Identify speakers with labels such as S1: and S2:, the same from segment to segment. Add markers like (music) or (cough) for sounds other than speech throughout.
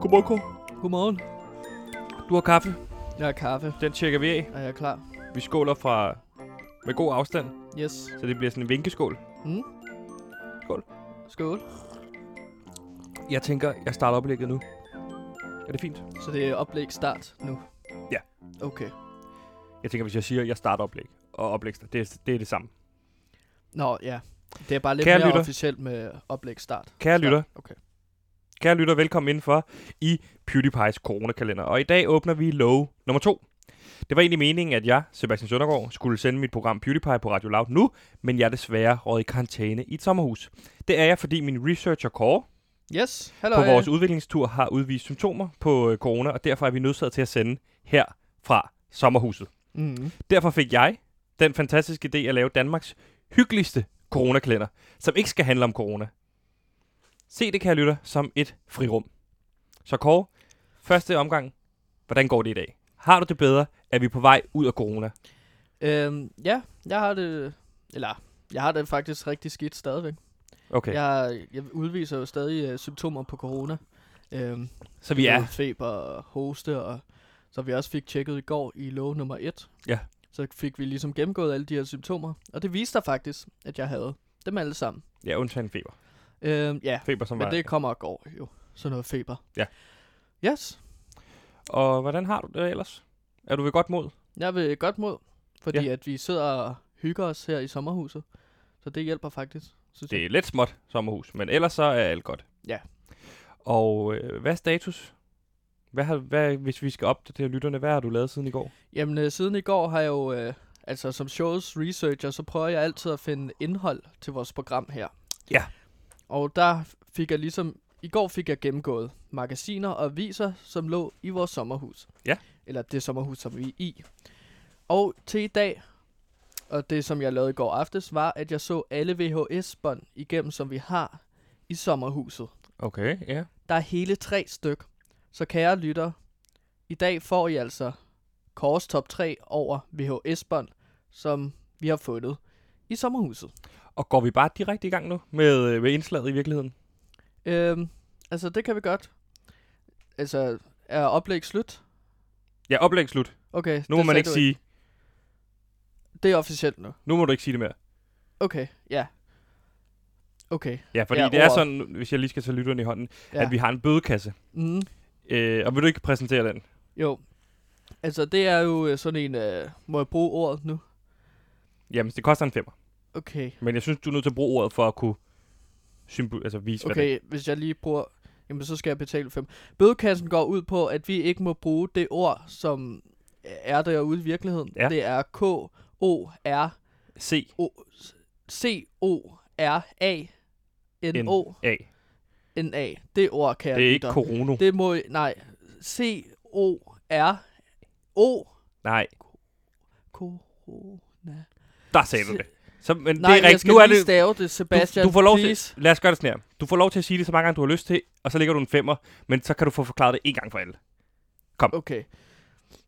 S1: Godmorgen, Kåre.
S2: Godmorgen.
S1: Du har kaffe.
S2: Jeg har kaffe,
S1: Den tjekker vi af.
S2: og jeg er klar.
S1: Vi skåler fra... Med god afstand,
S2: Yes.
S1: så det bliver sådan en vinkeskål.
S2: Mm.
S1: Skål.
S2: Skål.
S1: Jeg tænker, jeg starter oplægget nu. Er det fint?
S2: Så det er oplæg start nu?
S1: Ja.
S2: Okay.
S1: Jeg tænker, hvis jeg siger, at jeg starter oplæg og oplægsstart, det, er- det er det samme.
S2: Nå, ja. Det er bare lidt
S1: Kære
S2: mere
S1: lytter.
S2: officielt med oplæg start.
S1: Kære
S2: Start.
S1: lytter.
S2: Okay.
S1: Kære lytter, velkommen indenfor i PewDiePie's coronakalender. Og i dag åbner vi lov nummer to. Det var egentlig meningen, at jeg, Sebastian Søndergaard, skulle sende mit program PewDiePie på Radio Loud nu, men jeg er desværre røget i karantæne i et sommerhus. Det er jeg, fordi min researcher Kåre
S2: Yes. Hallo.
S1: på vores udviklingstur har udvist symptomer på øh, corona, og derfor er vi nødsaget til at sende her fra sommerhuset.
S2: Mm.
S1: Derfor fik jeg den fantastiske idé at lave Danmarks hyggeligste coronakalender, som ikke skal handle om corona. Se det, kære lytter, som et frirum. Så Kåre, første omgang. Hvordan går det i dag? Har du det bedre? Er vi på vej ud af corona?
S2: Øhm, ja, jeg har det... Eller, jeg har det faktisk rigtig skidt stadigvæk.
S1: Okay, ja.
S2: Jeg, jeg udviser jo stadig øh, symptomer på corona. Øhm,
S1: så vi
S2: med
S1: er.
S2: Feber og hoste, og så vi også fik tjekket i går i lov nummer 1.
S1: Ja.
S2: Så fik vi ligesom gennemgået alle de her symptomer, og det viste sig faktisk, at jeg havde dem alle sammen.
S1: Ja, undtagen feber.
S2: Øhm, ja,
S1: Feber som var.
S2: men det kommer og går jo, sådan noget feber.
S1: Ja.
S2: Yes,
S1: Og hvordan har du det ellers? Er du ved godt mod?
S2: jeg vil godt mod, fordi
S1: Ja.
S2: ja. at vi sidder og hygger os her i sommerhuset, så det hjælper faktisk, synes
S1: Det
S2: jeg.
S1: er lidt småt sommerhus, men ellers så er alt godt.
S2: Ja.
S1: Og øh, hvad er status? Hvad har, hvad, hvis vi skal opdatere lytterne, hvad har du lavet siden i går?
S2: Jamen, øh, siden i går har jeg jo, øh, altså som showets researcher, så prøver jeg altid at finde indhold til vores program her.
S1: Ja.
S2: Og der fik jeg ligesom, i går fik jeg gennemgået magasiner og aviser, som lå i vores sommerhus.
S1: Ja.
S2: Eller det sommerhus, som vi er i. Og til i dag, og det som jeg lavede i går aftes, var, at jeg så alle VHS-bånd igennem, som vi har i sommerhuset.
S1: Okay, ja.
S2: Der er hele tre styk. Så kære lytter, i dag får I altså Kåres top 3 over VHS-bånd, som vi har fundet i sommerhuset.
S1: Og går vi bare direkte i gang nu med, øh, med indslaget i virkeligheden?
S2: Øhm, altså, det kan vi godt. Altså, er oplæg slut?
S1: Ja, oplæg slut.
S2: Okay,
S1: Nu må
S2: det
S1: man
S2: sagde
S1: ikke
S2: du
S1: sige,
S2: Det er officielt nu.
S1: nu må du ikke sige det mere.
S2: Okay, ja. Okay,
S1: Ja, fordi ja,
S2: Ja,
S1: det er
S2: ordet.
S1: sådan, hvis jeg lige skal tage lytterne i hånden, ja.
S2: ja.
S1: at vi har en bødekasse.
S2: mm,
S1: Øh, og vil du ikke præsentere den?
S2: jo. Altså, det er jo øh, sådan en... Øh, må jeg bruge ordet nu?
S1: Jamen, det koster en femmer.
S2: Okay.
S1: Men jeg synes, du er nødt til at bruge ordet for at kunne symbol- altså vise, hvad det
S2: Okay, hvis jeg lige bruger... Jamen, så skal jeg betale 5. Bødekassen går ud på, at vi ikke må bruge det ord, som er derude i virkeligheden.
S1: Ja.
S2: Det er K-O-R-C-O-R-A-N-O.
S1: er. C, N, A.
S2: N-A. Det ord, kan
S1: Det er ikke corona. Det...
S2: Det må... I- Nej. C-O-R-O.
S1: Nej,
S2: Corona.
S1: der sagde du
S2: Se-
S1: det. Så, men det er
S2: Nej, jeg
S1: rigtigt.
S2: skal
S1: Nu er
S2: lige
S1: det,
S2: stave det, Sebastian.
S1: du, du får lov
S2: please.
S1: til, lad os gøre det sådan her. Du får lov til at sige det så mange gange, du har lyst til, og så ligger du en femmer, men så kan du få forklaret det en gang for alle.
S2: Okay.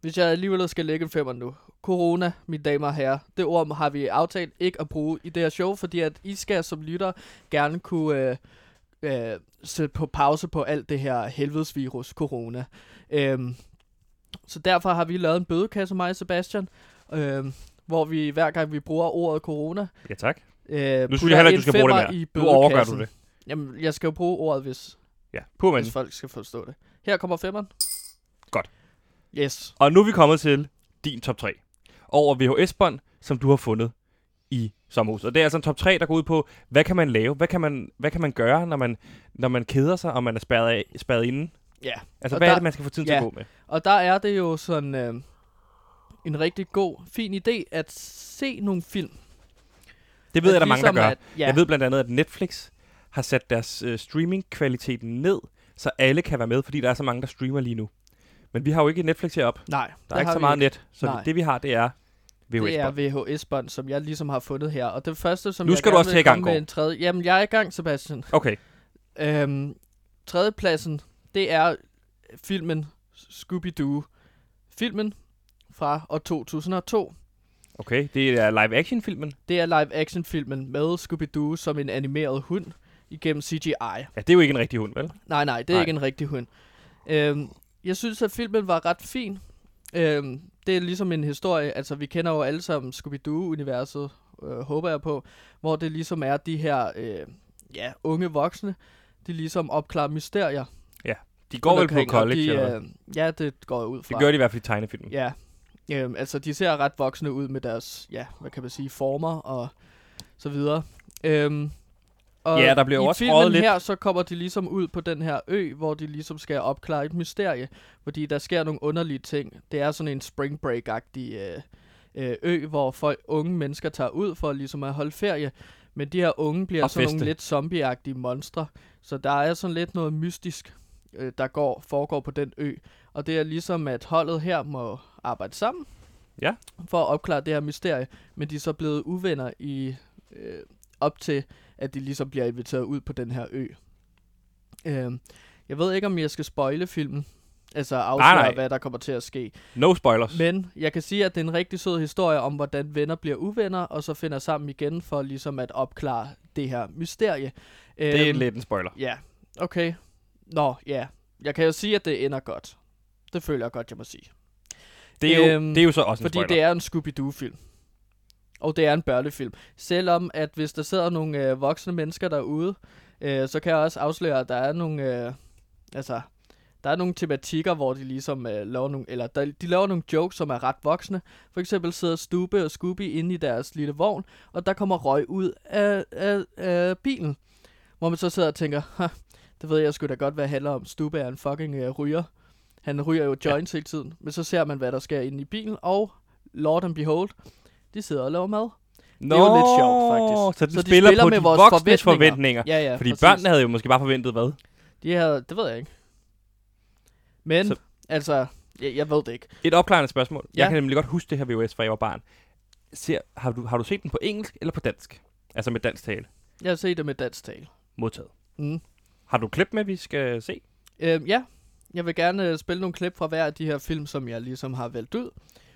S2: Hvis jeg alligevel skal lægge en femmer nu. Corona, mine damer og herrer. Det ord har vi aftalt ikke at bruge i det her show, fordi at I skal som lytter gerne kunne øh, øh, sætte på pause på alt det her helvedesvirus, corona. Øhm, så derfor har vi lavet en bødekasse, mig og Sebastian, øhm, hvor vi hver gang vi bruger ordet corona...
S1: Ja, tak.
S2: Øh,
S1: Nu synes
S2: putter
S1: jeg heller
S2: en
S1: ikke, du skal bruge
S2: femmer
S1: det
S2: i
S1: mere. Nu overgør du
S2: bødekassen.
S1: det.
S2: Jamen, jeg skal jo bruge ordet, hvis,
S1: Ja, pur mand.
S2: hvis folk skal forstå det. Her kommer femmeren.
S1: Godt.
S2: Yes.
S1: Og nu er vi kommet til din top 3 over VHS-bånd, som du har fundet i sommerhuset. Og det er altså en top 3, der går ud på, hvad kan man lave? Hvad kan man, hvad kan man gøre, når man, når man keder sig, og man er spærret, af, spærret inde?
S2: Ja.
S1: Altså, hvad
S2: Og
S1: der, er
S2: der-
S1: det, man skal få tiden ja. til
S2: ja.
S1: at gå med?
S2: Og der er det jo sådan øh, en rigtig god, fin idé at se nogle film.
S1: Det ved
S2: at ligesom
S1: jeg, der er mange, der gør.
S2: At, ja,
S1: Jeg ved blandt andet, at Netflix har sat deres øh, streaming-kvalitet ned, så alle kan være med, fordi der er så mange, der streamer lige nu. Men vi har jo ikke Netflix heroppe.
S2: nej,
S1: Der
S2: det
S1: er ikke
S2: har
S1: så
S2: vi
S1: meget net, så
S2: Nej.
S1: vi, det vi har, det er VHS-bånd.
S2: Det er VHS-bånd, som jeg ligesom har fundet her. Og det første, som
S1: Nu
S2: jeg
S1: skal du
S2: gerne
S1: også
S2: vil
S1: til i gang,
S2: komme med en tredje... Jamen, jeg er i gang, Sebastian.
S1: Okay,
S2: Øhm, tredjepladsen, det er filmen Scooby-Doo. Filmen fra år 2002.
S1: okay. Det er live-action-filmen.
S2: Det er live-action-filmen med Scooby-Doo som en animeret hund igennem CGI.
S1: Ja, det er jo ikke en rigtig hund, vel?
S2: Nej, nej, det
S1: Nej.
S2: er nej. ikke en rigtig hund. Øhm, jeg synes, at filmen var ret fin. Øhm, det er ligesom en historie, altså vi kender jo alle sammen Scooby-Doo-universet, øh, håber jeg på, hvor det ligesom er de her øh, ja, unge voksne, de ligesom opklarer mysterier.
S1: De går vel
S2: rundtomkring,
S1: på
S2: og
S1: college,
S2: de,
S1: de, eller hvad?
S2: øh, Ja, det går jeg ud fra.
S1: Det gør de i hvert fald i tegnefilmen. Ja.
S2: Ja. Øhm, altså, de ser ret voksne ud med deres, ja, hvad kan man sige, former og så videre. Øhm, og
S1: Ja, der bliver
S2: i
S1: jo også
S2: filmen
S1: røget lidt-
S2: her, så kommer de ligesom ud på den her ø, hvor de ligesom skal opklare et mysterie, fordi der sker nogle underlige ting. Det er sådan en spring break-agtig øh, øh, ø, hvor folk, unge mennesker tager ud for ligesom at holde ferie. Men de her unge bliver
S1: Og
S2: sådan
S1: feste.
S2: nogle lidt zombieagtige monstre, så der er sådan lidt noget mystisk, øh, der går, foregår på den ø. Og det er ligesom, at holdet her må arbejde sammen
S1: Ja.
S2: for at opklare det her mysterie, men de er så blevet uvenner i øh, op til, at de ligesom bliver inviteret ud på den her ø. Øh, jeg ved ikke, om jeg skal spoile filmen, altså afsløre,
S1: nej.
S2: hvad der kommer til at ske.
S1: No spoilers. Men...
S2: Men jeg kan sige, at det er en rigtig sød historie om, hvordan venner bliver uvenner, og så finder sammen igen for ligesom at opklare det her mysterie.
S1: Det er
S2: Øhm,
S1: lidt en spoiler.
S2: Ja, okay. Nå, ja. Jeg kan jo sige, at det ender godt. Det føler jeg godt, jeg må sige.
S1: Det er, jo,
S2: Øhm,
S1: det er jo så også en
S2: Fordi
S1: spoiler.
S2: det er en Scooby-Doo-film. Og det er en børnefilm. Selvom, at hvis der sidder nogle øh, voksne mennesker derude, øh, så kan jeg også afsløre, at der er nogle... Øh, altså, der er nogle tematikker, hvor de ligesom øh, laver nogle... Eller der, de laver nogle jokes, som er ret voksne. For eksempel sidder Stube og Scooby inde i deres lille vogn, og der kommer røg ud af, af, af bilen. Hvor man så sidder og tænker, "Ha, det ved jeg sgu da godt, hvad det handler om. Stube er en fucking øh, ryger. Han ryger jo joints ja. hele tiden. Men så ser man, hvad der sker inde i bilen, og Lord and Behold, de sidder og laver mad.
S1: Nå,
S2: jo lidt sjovt, faktisk.
S1: Så den
S2: Så de
S1: spiller,
S2: spiller
S1: på
S2: med
S1: de
S2: vores
S1: voksnes
S2: forventninger.
S1: forventninger.
S2: Ja, ja,
S1: Fordi
S2: præcis.
S1: børnene havde jo måske bare forventet hvad?
S2: De havde, det ved jeg ikke. Men,
S1: Så-
S2: så... altså, jeg, jeg ved det ikke.
S1: Et opklarende spørgsmål. Ja.
S2: Ja.
S1: Jeg kan nemlig godt huske det her VHS, fra jeg var barn. Ser, har, du, har du set den på engelsk eller på dansk? Altså med dansk tale.
S2: Jeg har set det med dansk tale.
S1: Modtaget.
S2: Mm.
S1: Har du klip med, vi skal se?
S2: Øhm, ja, jeg vil gerne øh, spille nogle klip fra hver af de her film, som jeg ligesom har valgt ud.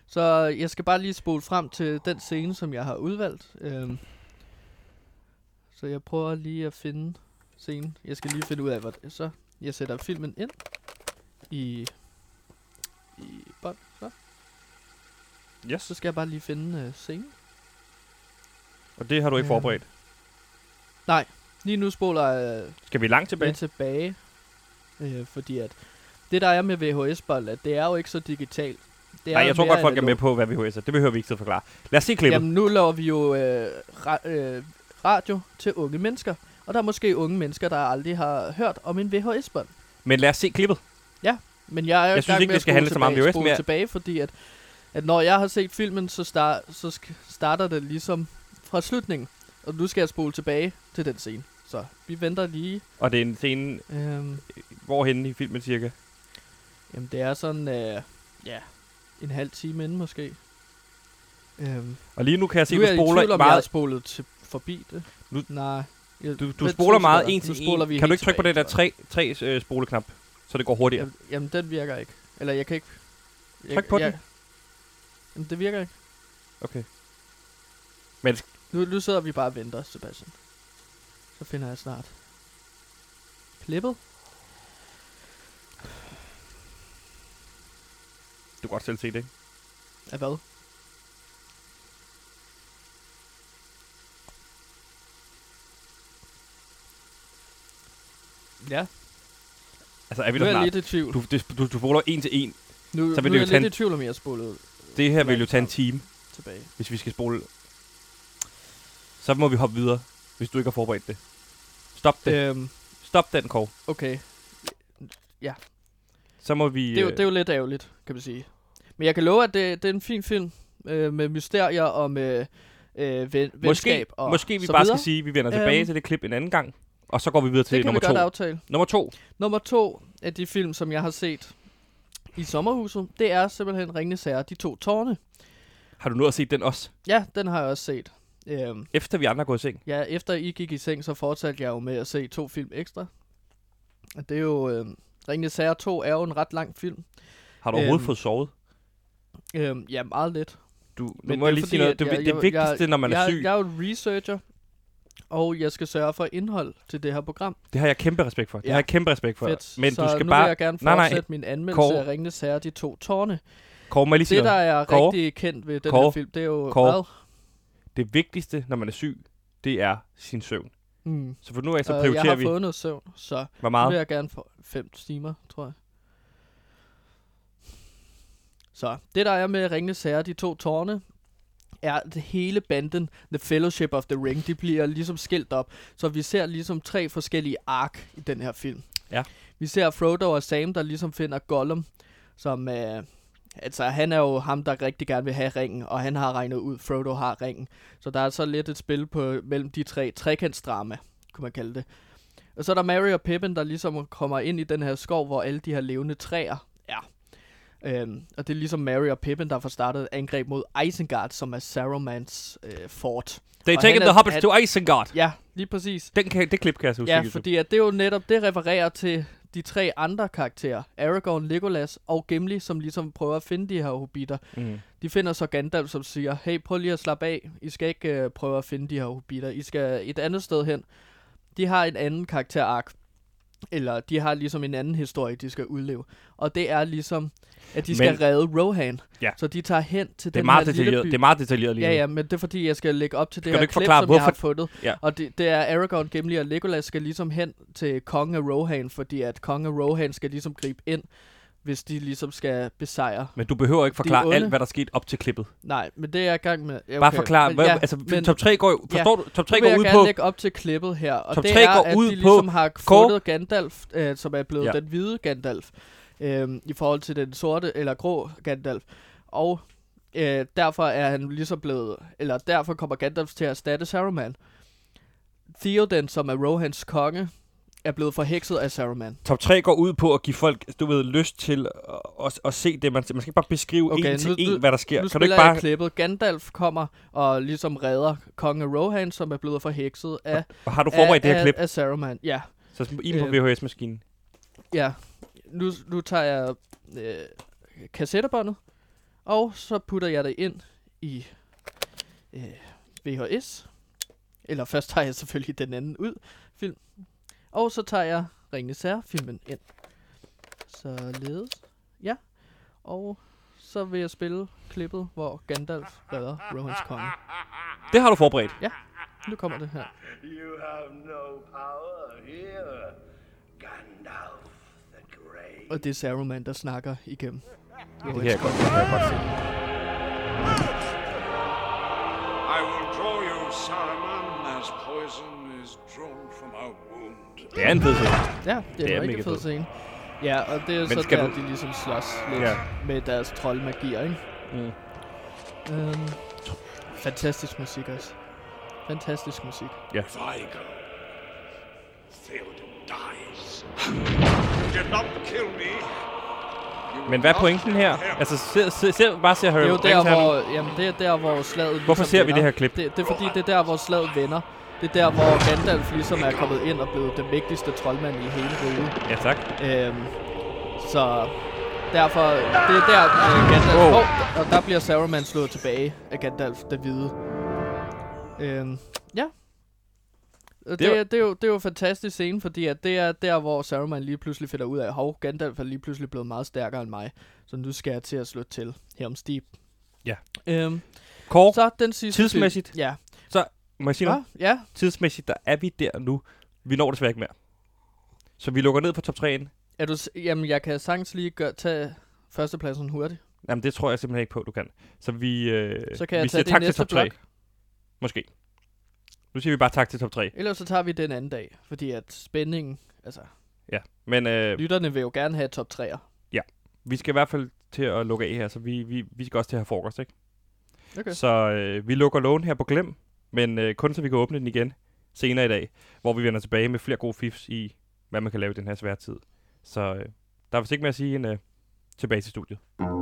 S2: Så øh, jeg skal bare lige spole frem til den scene, som jeg har udvalgt. Øhm, så jeg prøver lige at finde scenen. Jeg skal lige finde ud af, hvad det er. Så jeg sætter filmen ind i, i bånd. Så.
S1: Yes.
S2: så skal jeg bare lige finde øh, scenen.
S1: Og det har du ikke
S2: Ja.
S1: forberedt.
S2: Lige nu spoler jeg øh,
S1: Skal vi langt tilbage?
S2: tilbage. tilbage. Øh, fordi at det der er med VHS-bånd, at det er jo ikke så digitalt. Det
S1: Nej,
S2: jo
S1: jeg tror
S2: mere
S1: godt, folk er med
S2: analogt.
S1: på, hvad VHS er. Det behøver vi ikke til at forklare. Lad os se klippet.
S2: Jamen nu laver vi jo øh, ra- øh, radio til unge mennesker. Og der er måske unge mennesker, der aldrig har hørt om en VHS-bånd.
S1: Men lad os se klippet.
S2: Men jeg er
S1: Jeg
S2: i
S1: synes
S2: gang
S1: ikke,
S2: med
S1: det
S2: at
S1: skal
S2: spole
S1: handle så meget om
S2: tilbage,
S1: VHS,
S2: spole
S1: men jeg-
S2: tilbage, fordi at, at når jeg har set filmen, så, star- så sk- starter det ligesom fra slutningen. Og nu skal jeg spole tilbage til den scene. Så vi venter lige.
S1: Og det er en scene,
S2: Øhm,
S1: hvorhenne i filmen cirka?
S2: Jamen, det er sådan, øh, ja, en halv time inden måske. Øhm,
S1: Og lige nu kan jeg se,
S2: nu
S1: du
S2: er jeg i tvivl,
S1: spoler
S2: om jeg har
S1: meget.
S2: spolet til, forbi det.
S1: Nu-
S2: Nej. Jeg,
S1: Du,
S2: vent
S1: du
S2: to
S1: spoler meget
S2: sekunder.
S1: en
S2: Nu
S1: til
S2: spoler vi
S1: en. Kan du
S2: helt
S1: ikke trykke på den der
S2: tilbage, tror jeg.
S1: tre, tre øh, spoleknap, så det går hurtigere?
S2: Jamen, jamen, den virker ikke. Eller jeg kan ikke... Jeg,
S1: Tryk på
S2: jeg,
S1: den.
S2: Jamen, det virker ikke.
S1: Okay.
S2: Nu, nu sidder vi bare og venter, Sebastian. Så finder jeg snart. Klippet?
S1: Du kan godt selv se det, ikke?
S2: Af hvad? Ja,
S1: Altså, er vi
S2: nu
S1: der
S2: er jeg
S1: snart?
S2: lidt i tvivl.
S1: Du, det, du, du spoler en til en.
S2: Nu,
S1: Så
S2: så
S1: vil det
S2: vil nu
S1: jo
S2: er
S1: tage
S2: jeg lidt i tvivl om, jeg spolede
S1: Det her vil jo
S2: Langt
S1: tage en
S2: frem.
S1: time,
S2: tilbage.
S1: hvis vi skal spole. Så må vi hoppe videre, hvis du ikke har forberedt det. Stop det.
S2: Øhm,
S1: Stop den, Kåre.
S2: okay,
S1: Så må vi...
S2: det er, jo,
S1: øh,
S2: det er jo lidt ærgerligt, kan man sige. Men jeg kan love, at det, det er en fin film øh, med mysterier og med øh, ven, venskab
S1: måske,
S2: og
S1: måske vi
S2: så
S1: bare
S2: videre.
S1: skal sige, at vi vender tilbage
S2: Øhm.
S1: til det klip en anden gang. Og så går vi videre til
S2: det kan
S1: nummer
S2: vi godt
S1: to.
S2: aftale.
S1: Nummer to.
S2: Nummer to af de film, som jeg har set i sommerhuset, det er simpelthen Ringende Sager, De To Tårne.
S1: Har du nået at se den også?
S2: Ja, den har jeg også set. Øhm,
S1: Efter vi andre er gået i seng.
S2: ja, efter I gik i seng, så fortsatte jeg jo med at se to film ekstra. Og det er jo... Øh, Ringende Sager 2 er jo en ret lang film.
S1: Har du overhovedet
S2: Øhm.
S1: fået sovet?
S2: Øhm, ja, meget lidt.
S1: Du, nu
S2: Men
S1: må
S2: det er
S1: jeg lige
S2: fordi,
S1: sige noget.
S2: at
S1: Det,
S2: jeg-
S1: det,
S2: jeg-
S1: det vigtigste, når man
S2: jeg,
S1: er syg,
S2: Jeg er jo researcher, og jeg skal sørge for indhold til det her program.
S1: Det har jeg kæmpe respekt for. Det
S2: Ja.
S1: har jeg kæmpe respekt for.
S2: Fedt.
S1: Men
S2: så
S1: du skal
S2: nu
S1: bare...
S2: vil jeg gerne
S1: Nej, nej.
S2: fortsætte min anmeldelse
S1: Kåre.
S2: af Ringnes Herre, de to tårne.
S1: Kåre, må jeg lige sige
S2: Det, der
S1: noget?
S2: er
S1: Kåre.
S2: rigtig kendt ved den
S1: Kåre.
S2: her film, det er jo...
S1: Kåre.
S2: Hvad?
S1: Det vigtigste, når man er syg, det er sin søvn.
S2: Mm.
S1: Så for nu af, så
S2: Og jeg
S1: Altså, prioriterer
S2: har
S1: vi...
S2: fået noget søvn, så
S1: Hvor
S2: nu vil
S1: meget?
S2: jeg gerne få 5 timer, tror jeg. Så det, der er med Ringnes Herre, de to tårne, er at hele banden, The Fellowship of the Ring, de bliver ligesom skilt op. Så vi ser ligesom tre forskellige ark i den her film.
S1: Ja.
S2: Vi ser Frodo og Sam, der ligesom finder Gollum, som... Øh, altså, han er jo ham, der rigtig gerne vil have ringen, og han har regnet ud, Frodo har ringen. Så der er så lidt et spil på mellem de tre trekantsdrama, kunne man kalde det. Og så er der Mary og Pippin, der ligesom kommer ind i den her skov, hvor alle de her levende træer er. Øhm, og det er ligesom Mary og Pippin, der får startet et angreb mod Isengard, som er Saurons øh, fort.
S1: They
S2: og
S1: taken
S2: han er-
S1: the hobbits
S2: han-
S1: to Isengard.
S2: Ja, lige præcis.
S1: Den kan, det klip kan jeg så huske.
S2: Ja,
S1: YouTube.
S2: fordi at det er jo netop, det refererer til de tre andre karakterer, Aragorn, Legolas og Gimli, som ligesom prøver at finde de her hobitter.
S1: Mm.
S2: De finder så Gandalf, som siger, hey, prøv lige at slappe af, I skal ikke øh, prøve at finde de her hobitter, I skal et andet sted hen. De har en anden karakterark, eller de har ligesom en anden historie, de skal udleve. Og det er ligesom, at de skal
S1: Men-
S2: redde Rohan.
S1: Ja.
S2: Så de tager hen til
S1: Det er
S2: den
S1: meget
S2: her lille
S1: detaljeret.
S2: by.
S1: Det er meget detaljeret lige
S2: Ja,
S1: nu.
S2: ja, men det er fordi, jeg skal lægge op til det
S1: Skal du
S2: her
S1: ikke
S2: klip,
S1: forklare,
S2: som jeg har
S1: hvorfor-
S2: fundet.
S1: Ja.
S2: Og det, det er Aragorn, Gimli og Legolas skal ligesom hen til kongen af Rohan, fordi at kongen af Rohan skal ligesom gribe ind, hvis de ligesom skal besejre.
S1: Men du behøver ikke
S2: er
S1: forklare
S2: onde.
S1: alt, hvad der skete op til klippet. Okay.
S2: Nej, men det er jeg i gang med. Ja,
S1: Bare forklare.
S2: men
S1: Hvad,
S2: ja,
S1: altså,
S2: men
S1: top 3 går jo...
S2: Ja.
S1: Forstår du? Top 3
S2: nu vil
S1: går
S2: jeg
S1: ud
S2: gerne
S1: på...
S2: lægge op til klippet her, og
S1: Top
S2: det
S1: tre
S2: er,
S1: går
S2: at
S1: ud
S2: de
S1: på
S2: ligesom har
S1: Kåre.
S2: fundet Gandalf, øh, som er blevet
S1: Ja.
S2: den hvide Gandalf, øh, i forhold til den sorte eller grå Gandalf. Og øh, derfor er han ligesom blevet, eller derfor kommer Gandalf til at erstatte Saruman. Theoden, som er Rohans konge, er blevet forhekset af Saruman.
S1: Top 3 går ud på at give folk, du ved, lyst til at, at, at se det. Man, man skal ikke bare beskrive
S2: Okay,
S1: okay, en til
S2: nu-
S1: en, hvad der sker.
S2: nu
S1: Kan du ikke
S2: spiller jeg
S1: bare...
S2: klippet. Gandalf kommer og ligesom redder kongen af Rohan, som er blevet forhekset af,
S1: Har du forberedt
S2: af,
S1: det her klip?
S2: af, af Saruman. Ja.
S1: Så sm- i på
S2: øh,
S1: VHS-maskinen.
S2: Ja, nu, nu tager jeg øh, kassettebåndet, og så putter jeg det ind i øh, VHS. Eller først tager jeg selvfølgelig den anden ud, film. Og så tager jeg Ringnes Herre filmen ind. Således. Ja. Og så vil jeg spille klippet, hvor Gandalf redder Rohans konge.
S1: Det har du forberedt.
S2: Ja, nu kommer det her.
S3: You have no power here, Gandalf the Grey.
S2: Og det er Saruman, der snakker igennem.
S1: Det kan jeg godt, det kan jeg godt se.
S4: I will draw you, Saruman, as poison is drawn from a wound.
S1: Det er en fed scene.
S2: Ja, det er,
S1: Det er
S2: en rigtig
S1: mega
S2: fed
S1: fedt.
S2: scene. Ja, og det er så
S1: skal
S2: der,
S1: du-
S2: de ligesom slås lidt
S1: Ja.
S2: ja. med deres troldmagier, ikke? Mm. Øhm, fantastisk musik også. Fantastisk musik.
S4: If I go, Theoden dies. (laughs) You did not kill me. You
S1: Men hvad er
S4: not
S1: pointen her?
S4: kill him.
S1: Altså, ser, ser, ser, bare ser Harry
S2: Det er jo der,
S1: Ringnes her nu.
S2: hvor, jamen, det er der, hvor slaget
S1: Hvorfor
S2: ligesom
S1: ser vi det
S2: vender.
S1: her klip?
S2: Det, det er fordi, det er der, hvor slaget vender. Det er der, hvor Gandalf ligesom er kommet ind og blevet den mægtigste troldmand i hele riget.
S1: Ja, tak.
S2: Øhm, så derfor, det er der, øh, Gandalf...
S1: Wow.
S2: Wow. Oh, og der bliver Saruman slået tilbage af Gandalf den hvide. Øhm, ja. Det,
S1: var-
S2: det, er, det, er jo, det er jo en fantastisk scene, fordi at det er der, hvor Saruman lige pludselig finder ud af, hov, Gandalf er lige pludselig blevet meget stærkere end mig, så nu skal jeg til at slå til her om stib.
S1: Ja.
S2: Øhm,
S1: Kåre,
S2: så den sidste film.
S1: tidsmæssigt?
S2: Ja.
S1: må jeg sige
S2: Nå,
S1: noget?
S2: ja.
S1: Tidsmæssigt, der er vi der nu. Vi når desværre ikke mere. Så vi lukker ned på top 3'en.
S2: Er du, s- jamen, jeg kan sagtens lige gøre, tage førstepladsen hurtigt.
S1: Jamen, det tror jeg simpelthen ikke på, du kan. Så vi, øh,
S2: Så kan jeg
S1: vi
S2: tage
S1: siger
S2: det
S1: tak til
S2: næste
S1: top 3.
S2: blok.
S1: Måske. Nu siger vi bare tak til top 3.
S2: Ellers så tager vi den anden dag, fordi at spændingen, altså,
S1: Ja, men øh,
S2: Lytterne vil jo gerne have top 3'er.
S1: vi skal i hvert fald til at lukke af her, så vi, vi, vi skal også til at have frokost, ikke?
S2: Okay.
S1: Så øh, vi lukker lågen her på glem, men øh, kun så vi kan åbne den igen senere i dag, hvor vi vender tilbage med flere gode fifs i, hvad man kan lave i den her svære tid. Så øh, der er vist ikke mere at sige end øh, tilbage til studiet.